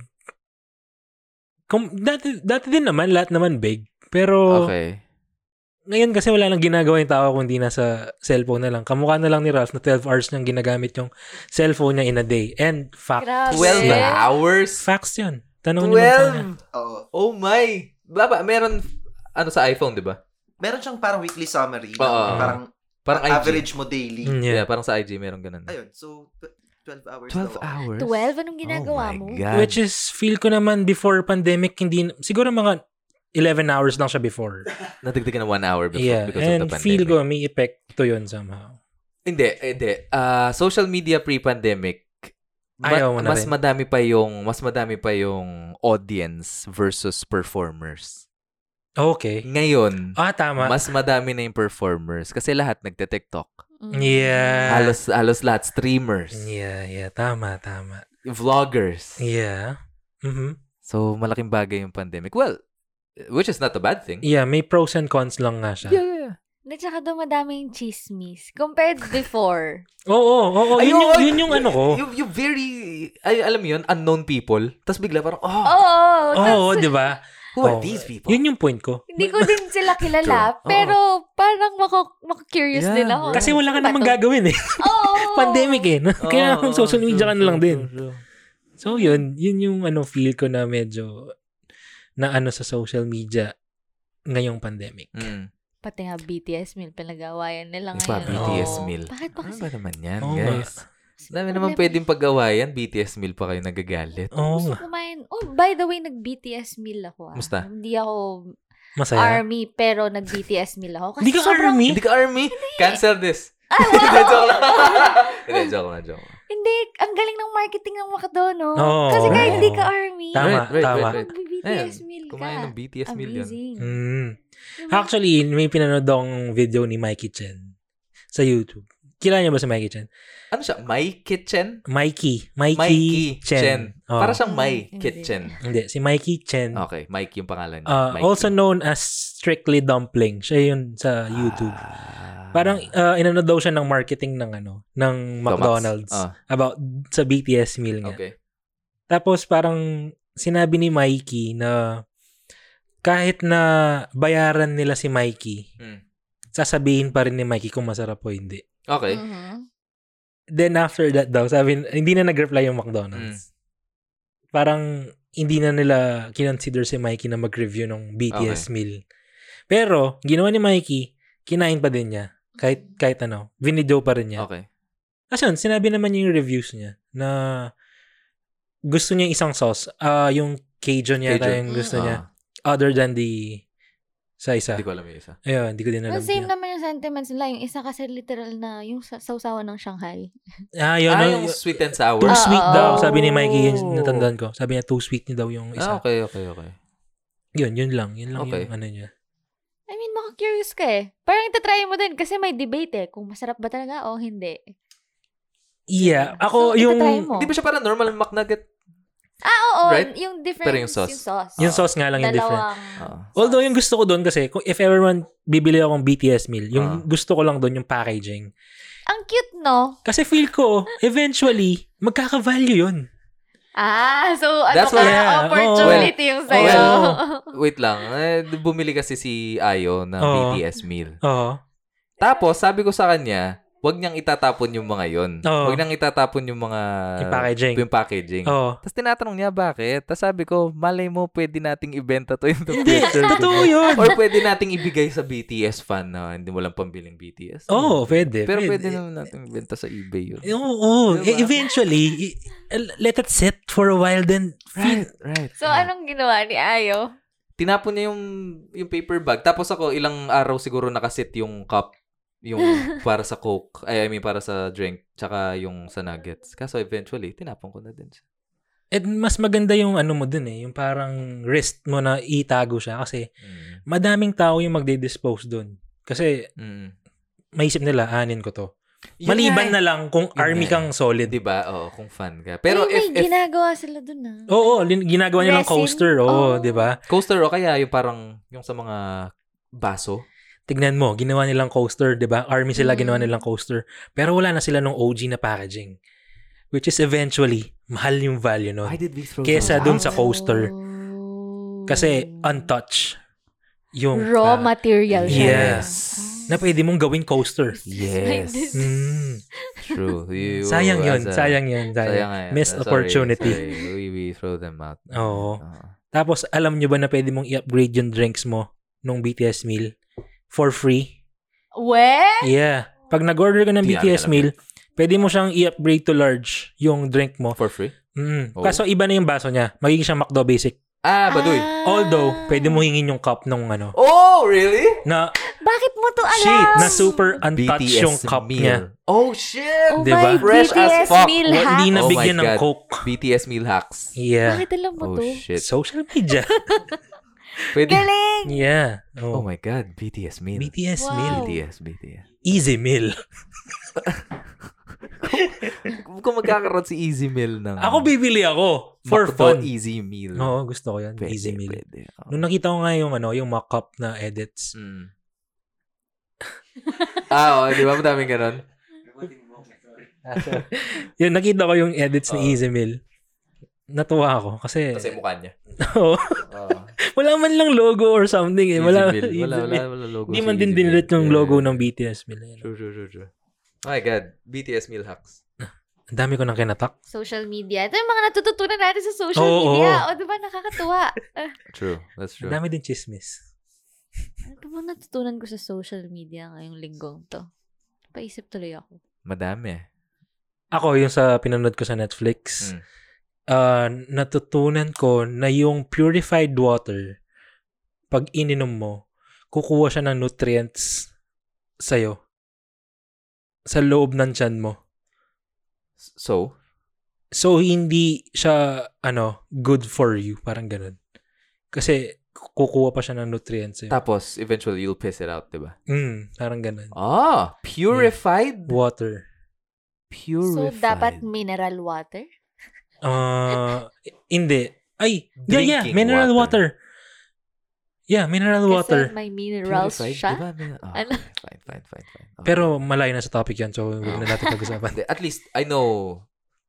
Speaker 2: Kung, dati, dati din naman, lahat naman big. Pero,
Speaker 1: Okay.
Speaker 2: ngayon kasi wala nang ginagawa yung tao kundi nasa cellphone na lang. Kamukha na lang ni Ralph na 12 hours niyang ginagamit yung cellphone niya in a day. And fact,
Speaker 4: Grabe.
Speaker 1: 12 hours?
Speaker 2: facts Ano yun. Tanong niyo lang sa kanya.
Speaker 1: 12?
Speaker 3: Oo.
Speaker 1: Oh my! Baba, meron ano sa iPhone, di ba?
Speaker 3: Meron siyang parang weekly summary. na
Speaker 1: Oo.
Speaker 3: parang
Speaker 1: Parang IG.
Speaker 3: average mo daily.
Speaker 2: Mm, yeah.
Speaker 1: Yeah, parang sa IG meron ganun.
Speaker 3: Ayun, so tw- 12 hours.
Speaker 1: 12
Speaker 3: daw.
Speaker 1: hours?
Speaker 4: 12? Anong ginagawa
Speaker 1: oh my
Speaker 4: mo?
Speaker 1: God.
Speaker 2: Which is, feel ko naman before pandemic, hindi, siguro mga 11 hours lang siya before.
Speaker 1: Nadagdagan ng one hour before
Speaker 2: yeah.
Speaker 1: because
Speaker 2: And
Speaker 1: of the pandemic.
Speaker 2: feel ko may epekto yun somehow.
Speaker 1: Hindi, hindi. Ah, social media pre-pandemic, ma-
Speaker 2: Ayaw mo na
Speaker 1: mas
Speaker 2: rin.
Speaker 1: madami pa yung mas madami pa yung audience versus performers.
Speaker 2: Okay.
Speaker 1: Ngayon,
Speaker 2: Ah, tama.
Speaker 1: mas madami na yung performers kasi lahat nagte-TikTok.
Speaker 4: Mm.
Speaker 2: yeah.
Speaker 1: Halos halos lahat streamers,
Speaker 2: Ah. Yeah, yeah. Tama, tama.
Speaker 1: vloggers.
Speaker 2: Yeah. mhm
Speaker 1: So malaking bagay yung pandemic. Well, which is not a bad thing.
Speaker 2: Yeah, may pros and cons lang nga siya.
Speaker 1: Yeah, yeah.
Speaker 4: At saka dumadami yung chismis. Compared
Speaker 1: [laughs]
Speaker 4: before.
Speaker 2: Oo, oo, oo.
Speaker 1: Ay,
Speaker 2: Yun,
Speaker 1: oo,
Speaker 2: yung,
Speaker 1: ay-
Speaker 2: yun yung ano ko.
Speaker 1: You, you very, ay, alam mo yun, unknown people. Tapos bigla parang,
Speaker 4: Oo.
Speaker 1: oh,
Speaker 2: Oo,
Speaker 4: tas-
Speaker 2: di ba?
Speaker 1: who are
Speaker 2: Oo.
Speaker 1: these people?
Speaker 2: Yun yung point ko.
Speaker 4: Hindi ko din sila kilala.
Speaker 1: True.
Speaker 4: pero parang mako, mako-curious
Speaker 1: Yeah,
Speaker 4: din ako.
Speaker 1: right.
Speaker 2: Kasi wala ka
Speaker 4: Ano ba
Speaker 2: namang
Speaker 4: to?
Speaker 2: gagawin eh.
Speaker 4: Oo.
Speaker 2: Pandemic eh. No?
Speaker 1: Oo,
Speaker 2: Kaya
Speaker 1: oo,
Speaker 2: social media ka
Speaker 1: true,
Speaker 2: na
Speaker 1: Oh,
Speaker 2: lang
Speaker 1: true,
Speaker 2: din.
Speaker 1: true, true.
Speaker 2: So yun, yun yung ano feel ko na medyo na ano sa social media ngayong pandemic.
Speaker 1: Mm.
Speaker 4: Pati nga BTS meal, pinag-awayan nila
Speaker 1: Yung pa,
Speaker 4: ngayon.
Speaker 1: BTS
Speaker 4: Oo.
Speaker 1: meal.
Speaker 4: Bakit pa
Speaker 1: Ano
Speaker 4: kasi?
Speaker 1: ba naman yan,
Speaker 2: Oo nga.
Speaker 1: guys? Dami naman pwedeng pag-awayan. BTS meal pa kayo nagagalit.
Speaker 2: Oo
Speaker 4: Gusto
Speaker 2: nga,
Speaker 4: kumain. Oh, by the way, nag-BTS meal ako. Ah.
Speaker 1: Musta?
Speaker 4: Hindi ako
Speaker 2: masaya.
Speaker 4: army, pero nag-BTS meal ako. Kasi
Speaker 2: Hindi ka
Speaker 4: sobrang,
Speaker 2: army?
Speaker 1: Hindi ka army. Cancel this.
Speaker 2: Ah,
Speaker 1: [laughs] Hindi, joke lang. Hindi, joke lang, joke lang.
Speaker 4: Hindi, ang galing ng marketing ng McDo, no?
Speaker 2: Oo.
Speaker 4: Kasi kahit
Speaker 1: Oo.
Speaker 4: hindi ka army,
Speaker 2: Tama,
Speaker 1: Right, right,
Speaker 2: tama.
Speaker 1: right, right.
Speaker 4: mag-BTS
Speaker 1: Ayun,
Speaker 4: meal ka.
Speaker 1: Kumain ng BTS meal yun.
Speaker 4: Amazing.
Speaker 2: Mm.
Speaker 4: Diba?
Speaker 2: Actually, may pinanood akong video ni Mikey Chen sa YouTube. Kilala niyo ba si Mikey Chen?
Speaker 1: Ano siya? My Kitchen?
Speaker 2: Mikey. Mikey, Chen. Oh.
Speaker 1: Para siyang My
Speaker 4: Hindi.
Speaker 1: Kitchen.
Speaker 2: Hindi, si Mikey Chen.
Speaker 1: Okay, Mike yung pangalan niya.
Speaker 2: Uh,
Speaker 1: Mikey.
Speaker 2: also known as Strictly Dumpling. Siya yun sa YouTube.
Speaker 1: Ah.
Speaker 2: Parang uh, inano daw siya ng marketing ng ano, ng
Speaker 1: Tomax.
Speaker 2: McDonald's
Speaker 1: Ah,
Speaker 2: about sa BTS meal nga.
Speaker 1: okay.
Speaker 2: Tapos parang sinabi ni Mikey na kahit na bayaran nila si Mikey,
Speaker 1: Mm.
Speaker 2: sasabihin pa rin ni Mikey kung masarap o hindi.
Speaker 1: Okay.
Speaker 2: Mm.
Speaker 4: Mhm.
Speaker 2: Then after that daw, sabi, hindi na nag-reply yung
Speaker 1: Mm.
Speaker 2: McDonald's. Parang hindi na nila kinonsider si Mikey na mag-review ng BTS meal. Pero, ginawa ni Mikey, kinain pa din niya. Kahit, kahit ano. Video pa rin niya.
Speaker 1: Okay.
Speaker 2: Kasi yun, sinabi naman niya yung reviews niya na gusto niya yung isang sauce. ah yung Cajun yata
Speaker 1: Cajun.
Speaker 2: yung gusto
Speaker 1: Ah,
Speaker 2: niya. Other than the sa isa.
Speaker 1: Hindi ko alam yung isa.
Speaker 2: Ayun, hindi ko din alam.
Speaker 4: Well, same
Speaker 2: niya.
Speaker 4: naman yung sentiments nila. Yung isa kasi literal na yung sa- sausawan ng Shanghai.
Speaker 2: Ah, yun.
Speaker 1: ah,
Speaker 2: no,
Speaker 1: yung
Speaker 2: yun.
Speaker 1: sweet and sour.
Speaker 2: too
Speaker 4: Ah,
Speaker 2: sweet
Speaker 4: oo.
Speaker 2: daw, sabi ni Mikey, natandaan ko. Sabi niya, too sweet niya daw yung
Speaker 1: Ah,
Speaker 2: isa.
Speaker 1: okay, okay, okay.
Speaker 2: Yun, yun lang. Yun lang
Speaker 1: Okay.
Speaker 2: yung ano niya.
Speaker 4: I mean, maka-curious ka eh. Parang itatry mo din kasi may debate eh. Kung masarap ba talaga o hindi.
Speaker 2: Yeah. Ako,
Speaker 4: So,
Speaker 2: yung,
Speaker 4: itatry mo.
Speaker 1: Hindi ba siya parang normal McNugget?
Speaker 4: Ah, oo.
Speaker 1: Right?
Speaker 4: Yung difference.
Speaker 1: Pero yung sauce.
Speaker 2: yung sauce nga lang yung different.
Speaker 4: Dalawang
Speaker 1: Ah.
Speaker 2: Although, yung gusto ko doon kasi, kung if everyone bibili akong BTS meal,
Speaker 1: Ah.
Speaker 2: yung gusto ko lang doon yung packaging.
Speaker 4: Ang cute, no?
Speaker 2: Kasi feel ko, eventually, magkaka-value yun.
Speaker 4: Ah, so ano
Speaker 1: That's
Speaker 4: ka,
Speaker 1: what-
Speaker 2: Yeah, oo.
Speaker 4: opportunity yung
Speaker 1: Oh,
Speaker 4: sa'yo.
Speaker 1: well, wait lang. Eh, bumili kasi si Ayo ng
Speaker 2: Oo.
Speaker 1: BTS meal.
Speaker 2: Oo.
Speaker 1: Tapos, sabi ko sa kanya, wag niyang itatapon yung mga yun.
Speaker 2: Oo.
Speaker 1: Wag niyang itatapon yung mga...
Speaker 2: Yung packaging.
Speaker 1: Yung packaging.
Speaker 2: Oo.
Speaker 1: Tapos tinatanong niya bakit. Tapos sabi ko, malay mo pwede nating ibenta to in the
Speaker 2: Hindi,
Speaker 1: future.
Speaker 2: [laughs] totoo yun.
Speaker 1: Or pwede nating ibigay sa BTS fan na hindi walang pambiling BTS.
Speaker 2: Oo, pwede.
Speaker 1: Pero pwede naman natin ibenta sa eBay yun.
Speaker 2: Oo, oo.
Speaker 1: Diba?
Speaker 2: E- eventually, i- let it sit for a while then
Speaker 1: Right, right.
Speaker 2: Hmm.
Speaker 4: So, ano anong ginawa ni Ayo?
Speaker 1: Tinapon niya yung, yung paper bag. Tapos ako, ilang araw siguro nakasit yung cup
Speaker 2: [laughs]
Speaker 1: yung para sa Coke. Ay, I mean, para sa drink. Tsaka yung sa nuggets. Kaso eventually, tinapon ko na din siya.
Speaker 2: And mas maganda yung ano mo dun eh, yung parang wrist mo na itago siya kasi
Speaker 1: Mm.
Speaker 2: madaming tao yung magde-dispose dun. Kasi
Speaker 1: Mm.
Speaker 2: maisip nila, anin ko to.
Speaker 1: Yun
Speaker 2: Maliban
Speaker 1: nga
Speaker 2: na lang kung
Speaker 1: Yun
Speaker 2: army
Speaker 1: nga eh.
Speaker 2: kang
Speaker 1: eh.
Speaker 2: solid.
Speaker 1: Diba? Oo, kung fan ka. Pero
Speaker 4: Ay,
Speaker 1: if,
Speaker 4: may
Speaker 1: if
Speaker 4: ginagawa sila dun ah.
Speaker 2: Oo, lin- ginagawa nilang
Speaker 4: Resin?
Speaker 2: coaster,
Speaker 4: Oo.
Speaker 2: oo,
Speaker 1: Oh.
Speaker 2: di ba?
Speaker 1: coaster o kaya yung parang yung sa mga baso.
Speaker 2: Tignan mo, ginawa nilang coaster, 'di ba? Army sila
Speaker 1: Mm-hmm.
Speaker 4: Mm.
Speaker 2: ginawa nilang coaster. Pero wala na sila nung OG na packaging. Which is eventually mahal yung value
Speaker 1: Why
Speaker 2: nun.
Speaker 1: did we throw
Speaker 2: Kesa
Speaker 1: those
Speaker 2: dun
Speaker 1: out?
Speaker 2: sa coaster.
Speaker 4: Oh.
Speaker 2: Kasi
Speaker 1: mm.
Speaker 2: untouched yung uh,
Speaker 4: Raw material siya.
Speaker 2: Yes. na pwede mong gawing coaster.
Speaker 1: Yes.
Speaker 4: This-
Speaker 2: Mm. [laughs]
Speaker 1: True. You-
Speaker 2: Sayang yun,
Speaker 1: as a-
Speaker 2: sayang yun, sayang.
Speaker 1: sayang nga yun.
Speaker 2: Missed
Speaker 1: Sorry,
Speaker 2: opportunity.
Speaker 1: sorry. We, we throw them out. Uh-huh.
Speaker 2: Oo.
Speaker 1: Oo.
Speaker 2: Tapos alam nyo ba na pwede mong i-upgrade yung drinks mo nung BTS meal for free?
Speaker 4: Well,
Speaker 2: Yeah. Pag nag-order ka ng
Speaker 1: Di alam
Speaker 2: BTS meal, pwede mo siyang i-upgrade to large yung drink mo.
Speaker 1: For free?
Speaker 2: Mm.
Speaker 1: Oh.
Speaker 2: Kaso iba na yung baso niya. Magiging siya McDo basic.
Speaker 1: Ah, baduy.
Speaker 4: Ah.
Speaker 2: Although, pwede mo hingin yung cup nung ano.
Speaker 1: Oh, really?
Speaker 2: Na,
Speaker 4: Bakit mo to alam?
Speaker 2: shit,
Speaker 1: Ah.
Speaker 2: na super untouched
Speaker 1: BTS
Speaker 2: yung cup
Speaker 1: meal.
Speaker 2: niya.
Speaker 1: Oh, shit!
Speaker 4: Oh
Speaker 2: Diba?
Speaker 4: my
Speaker 1: Fresh as
Speaker 4: BTS
Speaker 1: fuck.
Speaker 4: meal
Speaker 2: Wa-
Speaker 4: hack.
Speaker 2: Hindi
Speaker 1: Oh my
Speaker 2: nabigyan ng
Speaker 1: God.
Speaker 2: coke.
Speaker 1: BTS meal hacks.
Speaker 2: Yeah.
Speaker 4: Bakit alam mo
Speaker 1: Oh,
Speaker 4: to?
Speaker 1: shit.
Speaker 2: Social media.
Speaker 1: Pwede.
Speaker 4: Galing!
Speaker 2: yeah.
Speaker 1: Oh
Speaker 2: Oh.
Speaker 1: my God, BTS meal.
Speaker 2: BTS
Speaker 4: Wow.
Speaker 2: meal.
Speaker 1: BTS, BTS.
Speaker 2: Easy meal.
Speaker 1: Kung magkakaroon si Easy Meal ng...
Speaker 2: Ako bibili ako. For
Speaker 1: Ah. McDo
Speaker 2: fun.
Speaker 1: Easy Meal.
Speaker 2: Oo, gusto ko yan.
Speaker 1: Pwede,
Speaker 2: Easy meal.
Speaker 1: Pwede. Oo.
Speaker 2: Nung nakita ko nga yung ano, yung mock-up na edits.
Speaker 1: [laughs] Mm. ah, oo, di ba? Madaming ganun.
Speaker 2: Yung nakita ko yung edits
Speaker 1: Oo.
Speaker 2: ni Easy Meal. Natuwa ako kasi,
Speaker 1: Kasi mukha niya.
Speaker 2: Eh. [laughs] Oo.
Speaker 1: Oo.
Speaker 2: wala man lang logo or something eh.
Speaker 1: Easy
Speaker 2: Wala,
Speaker 1: Meal.
Speaker 2: Easy
Speaker 1: Wala, wala,
Speaker 2: Meal.
Speaker 1: wala logo.
Speaker 2: Hindi
Speaker 1: si
Speaker 2: man din
Speaker 1: Easy Meal.
Speaker 2: dinilit yung
Speaker 1: Yeah.
Speaker 2: logo ng BTS Meal. Ayun.
Speaker 1: True, true, true, true. Oh my God. BTS meal hacks.
Speaker 2: Ang dami ko nang kinatak.
Speaker 4: Social media. Ito yung mga natututunan natin sa social
Speaker 2: Oo,
Speaker 4: media.
Speaker 2: oo.
Speaker 4: O, diba? Nakakatuwa.
Speaker 1: True. That's
Speaker 2: Ang dami din chismis.
Speaker 4: Ano ba natutunan ko sa social media ngayong linggong to? Paisip tuloy ako.
Speaker 1: Madami.
Speaker 2: Ako, yung sa pinanood ko sa Netflix,
Speaker 1: Mm.
Speaker 2: ah, natutunan ko na yung purified water, pag ininom mo, kukuha siya ng nutrients sa'yo. Sa loob ng tiyan mo.
Speaker 1: So,
Speaker 2: So, hindi siya, ano, good for you. Parang ganun. Kasi, kukuha pa siya ng nutrients sa'yo.
Speaker 1: tapos eventually you'll piss it out, di ba?
Speaker 2: Mm, parang ganun.
Speaker 1: Ah, purified?
Speaker 2: Water.
Speaker 1: Purified.
Speaker 4: So, dapat mineral water?
Speaker 2: Ah, hindi. Ay, yeah, yeah,
Speaker 1: Drinking
Speaker 2: mineral
Speaker 1: water.
Speaker 2: water. Yeah, mineral water.
Speaker 4: Kasi may minerals
Speaker 1: Purified,
Speaker 4: siya.
Speaker 1: di ba? Min- ah,
Speaker 4: Ano?
Speaker 1: Fine, fine, fine, fine. Okay.
Speaker 2: Pero malayo na sa topic yan, so huwag na natin
Speaker 1: [laughs]
Speaker 2: pag-usapan.
Speaker 1: Hindi, at least I know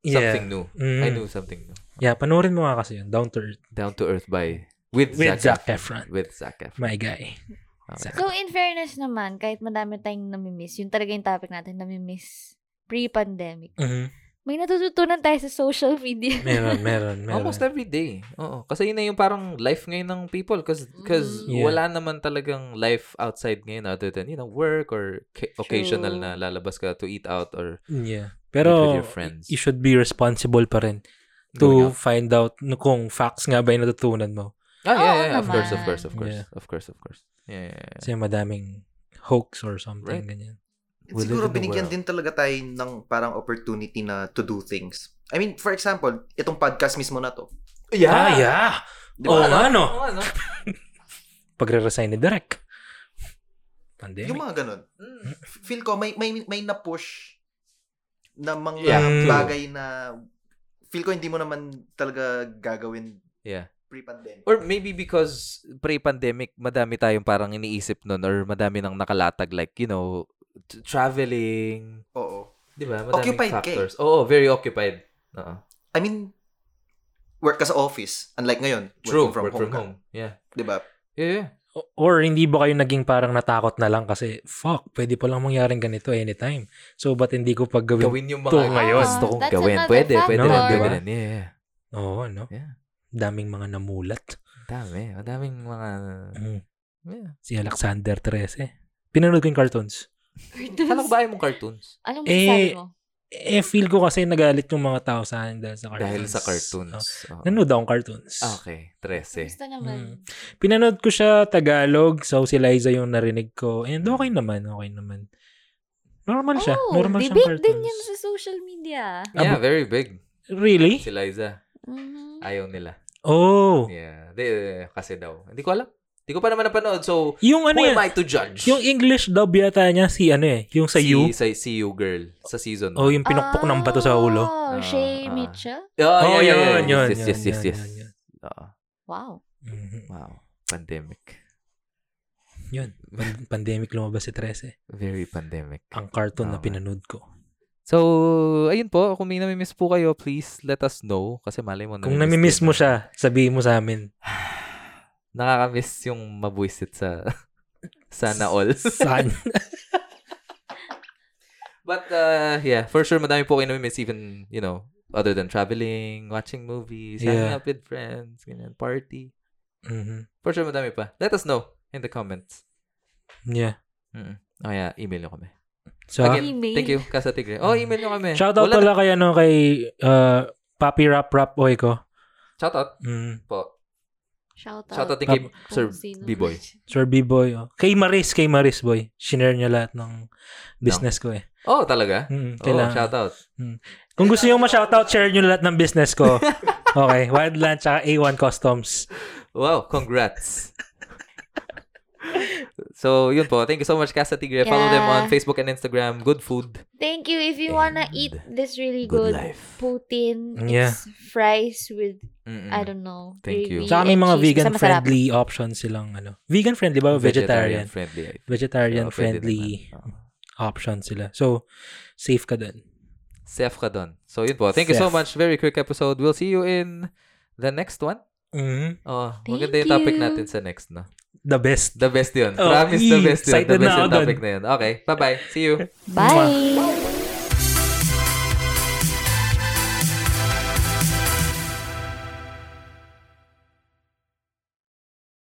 Speaker 1: Ah. something new.
Speaker 2: Mm.
Speaker 1: I knew something new.
Speaker 2: Yeah, panoorin mo nga kasi yun, Down to Earth.
Speaker 1: Down to Earth by with,
Speaker 2: With
Speaker 1: Zac,
Speaker 2: Zac Efron.
Speaker 1: With Zac Efron.
Speaker 2: My guy.
Speaker 1: Okay.
Speaker 2: Zac.
Speaker 4: So, in fairness
Speaker 1: Mm-hmm.
Speaker 4: naman, kahit madami tayong namimiss, yun talaga yung topic natin, namimiss pre-pandemic.
Speaker 2: Mhm.
Speaker 4: May natututunan tayo sa social media. [laughs]
Speaker 2: Meron, meron, meron.
Speaker 1: Almost every day. Oo. Kasi yun na yung parang life ngayon ng people cause, cause
Speaker 2: Mm. Yeah.
Speaker 1: wala naman talagang life outside ngayon other than, you know, work or ca- occasional na lalabas ka to eat out or
Speaker 2: Yeah.
Speaker 1: with
Speaker 2: Pero
Speaker 1: your friends.
Speaker 2: you should be responsible pa rin
Speaker 1: going
Speaker 2: to
Speaker 1: out.
Speaker 2: find out no- kung facts nga ba yung natutunan mo.
Speaker 1: Ah, yeah,
Speaker 4: Oo
Speaker 1: yeah, of course, of
Speaker 4: Oh, naman.
Speaker 1: course, of course.
Speaker 2: Yeah.
Speaker 1: Of course, of course. Yeah, yeah, yeah.
Speaker 2: Kasi madaming hoax or something
Speaker 1: Right.
Speaker 2: ganyan.
Speaker 3: And
Speaker 1: We live
Speaker 3: siguro
Speaker 1: in the
Speaker 3: binigyan
Speaker 1: world.
Speaker 3: din talaga tayo ng parang opportunity na to do things. I mean, for example, itong podcast mismo na to.
Speaker 2: Ah, yeah.
Speaker 3: Di
Speaker 2: Oo
Speaker 3: ba?
Speaker 2: nga, no?
Speaker 1: Oo, ano?
Speaker 2: Pagre-resign ni Derek. Pandemic.
Speaker 3: Yung mga ganun.
Speaker 1: Mm.
Speaker 3: Feel ko, may, may, may na-push na mga
Speaker 1: Yeah,
Speaker 2: true.
Speaker 3: bagay na feel ko hindi mo naman talaga gagawin
Speaker 1: Yeah.
Speaker 3: pre-pandemic.
Speaker 1: Or maybe because pre-pandemic, madami tayong parang iniisip nun or madami nang nakalatag like, you know, t- traveling.
Speaker 3: Oo.
Speaker 1: Di ba? Madaming
Speaker 3: Occupied ka eh.
Speaker 1: factors. Oo, very occupied. Oo.
Speaker 3: I mean, work ka sa office. Unlike ngayon,
Speaker 1: True,
Speaker 3: working from
Speaker 1: work
Speaker 3: home.
Speaker 1: from
Speaker 3: ka.
Speaker 1: home. Yeah.
Speaker 3: Di ba?
Speaker 1: Yeah, yeah.
Speaker 2: O- Or hindi ba kayo naging parang natakot na lang kasi, fuck, pwede pa lang mangyaring ganito anytime. So, ba't hindi ko pag gawin?
Speaker 1: gawin yung mga
Speaker 2: to ngayon.
Speaker 1: gusto kong
Speaker 4: Ah, That's
Speaker 1: gawin.
Speaker 4: another
Speaker 1: Pwede, pwede
Speaker 2: factor.
Speaker 1: rin, pwede
Speaker 2: Diba?
Speaker 1: rin. Yeah, yeah.
Speaker 2: Oo, no?
Speaker 1: Yeah.
Speaker 2: Daming mga namulat.
Speaker 1: Ang Dami. Ang daming mga...
Speaker 2: Mm.
Speaker 1: Yeah.
Speaker 2: Si Alexander 13. Pinanood ko yung cartoons.
Speaker 1: Kala ko ba ayaw mong cartoons?
Speaker 4: Anong
Speaker 2: Ano Eh,
Speaker 4: masasabi mo?
Speaker 2: Eh, feel ko kasi nagalit yung mga tao sa akin dahil sa cartoons.
Speaker 1: Dahil sa cartoons.
Speaker 2: Oo.
Speaker 1: Oo.
Speaker 2: Nanood akong cartoons.
Speaker 1: Ah, Okay, 13.
Speaker 4: Gusto naman.
Speaker 2: Mm. Pinanood ko siya Tagalog, so si Liza yung narinig ko. And okay naman, okay naman. Normal siya.
Speaker 4: Oh,
Speaker 2: Normal siya
Speaker 4: debate
Speaker 2: cartoons.
Speaker 4: din yan sa social media.
Speaker 1: Yeah, very big.
Speaker 2: Really?
Speaker 1: Si Liza,
Speaker 4: Mhm.
Speaker 1: ayaw nila.
Speaker 2: Oh.
Speaker 1: Yeah. Di, kasi daw. Hindi ko alam. Hindi ko pa naman napanood. So,
Speaker 2: Yung ano
Speaker 1: who
Speaker 2: yan?
Speaker 1: am I to judge?
Speaker 2: Yung English dub yata niya si ano eh, yung sa
Speaker 1: si,
Speaker 2: U.
Speaker 1: Sa, si you girl. Sa season.
Speaker 2: Oh, yung pinukpok ng bato sa ulo.
Speaker 4: Oh,
Speaker 1: Ah,
Speaker 4: Shay
Speaker 1: ah.
Speaker 4: Mitchell?
Speaker 1: yeah, yeah, yeah, yeah.
Speaker 2: oh, yun,
Speaker 1: Yes, yes, yes, yes.
Speaker 2: yun, yun.
Speaker 1: Oo.
Speaker 4: Wow.
Speaker 2: Mhm.
Speaker 1: Wow. Pandemic.
Speaker 2: Yun. Pan- pandemic lumabas si 13.
Speaker 1: Very pandemic.
Speaker 2: Ang cartoon na
Speaker 1: Tama.
Speaker 2: pinanood ko.
Speaker 1: So, ayun po. Kung may namimiss po kayo, please let us know. Kasi malay mo
Speaker 2: Kung
Speaker 1: din
Speaker 2: namimiss
Speaker 1: ah.
Speaker 2: mo
Speaker 1: na-
Speaker 2: siya, sabihin mo sa amin.
Speaker 1: Nakakamiss yung mabuisit sa [laughs] sana
Speaker 2: [laughs]
Speaker 1: all.
Speaker 2: Saan?
Speaker 1: [laughs] But uh, yeah, for sure, madami po kayo namimiss even, you know, other than traveling, watching movies, hanging
Speaker 2: Yeah.
Speaker 1: out with friends, ganyan, party.
Speaker 2: Mhm.
Speaker 1: For sure, madami pa. Let us know in the comments.
Speaker 2: Yeah.
Speaker 1: Mm-mm. Oh yeah, email nyo kami.
Speaker 2: So,
Speaker 1: Again,
Speaker 4: Email.
Speaker 1: thank you, Casa Tigre. Oh, email nyo kami.
Speaker 2: shout out
Speaker 1: Wala na-
Speaker 2: pala kay ano kay uh, Papi Rap Rap Boy ko.
Speaker 1: Shout out
Speaker 2: Mm.
Speaker 1: po.
Speaker 4: Shout out.
Speaker 1: Shout out din kay
Speaker 2: Pap-
Speaker 1: Sir
Speaker 4: Kung sino.
Speaker 1: B-Boy.
Speaker 2: Sir B-Boy. oh. Kay Maris, kay Maris Boy. Shinare niya lahat ng business ko eh.
Speaker 1: Oh, talaga?
Speaker 2: Mm,
Speaker 1: Oh,
Speaker 2: kailangan.
Speaker 1: shout out.
Speaker 2: Kung gusto niyo ma-shoutout, share niyo lahat ng business
Speaker 1: [laughs]
Speaker 2: ko. Okay, Wildland tsaka A1 Customs.
Speaker 1: Wow, congrats. [laughs] so, yun po. Thank you so much, Casa Tigre. Follow them
Speaker 4: Yeah.
Speaker 1: on Facebook and Instagram. Good food.
Speaker 4: Thank you if you wanna
Speaker 1: And
Speaker 4: eat this really
Speaker 1: good
Speaker 4: good,
Speaker 1: life.
Speaker 4: poutine.
Speaker 2: Yeah.
Speaker 4: It's fries with,
Speaker 1: Mm-mm.
Speaker 4: I don't know,
Speaker 1: Mm. Thank you.
Speaker 4: gravy
Speaker 2: Tsaka may
Speaker 4: and
Speaker 2: mga
Speaker 4: cheese. Basta masarap.
Speaker 2: vegan-friendly options silang ano. Vegan-friendly ba? Vegetarian.
Speaker 1: friendly. I think. So, Oh, pwede
Speaker 2: Vegetarian-friendly
Speaker 1: naman. Oo.
Speaker 2: options sila. So, safe ka dun.
Speaker 1: Chef ka dun. So, yun po. Thank you so
Speaker 2: Chef.
Speaker 1: much. Very quick episode. We'll see you in the next one.
Speaker 2: Mhm.
Speaker 1: Oh,
Speaker 4: Thank
Speaker 1: maganda yung topic
Speaker 4: you.
Speaker 1: natin sa next, no?
Speaker 2: The best.
Speaker 1: The best yun.
Speaker 2: Oh,
Speaker 1: Promise the
Speaker 2: ee,
Speaker 1: best yun. The
Speaker 2: excited
Speaker 1: best
Speaker 2: na
Speaker 1: yung
Speaker 2: ako dun.
Speaker 1: topic na yun. Okay, bye-bye. See you.
Speaker 4: Bye!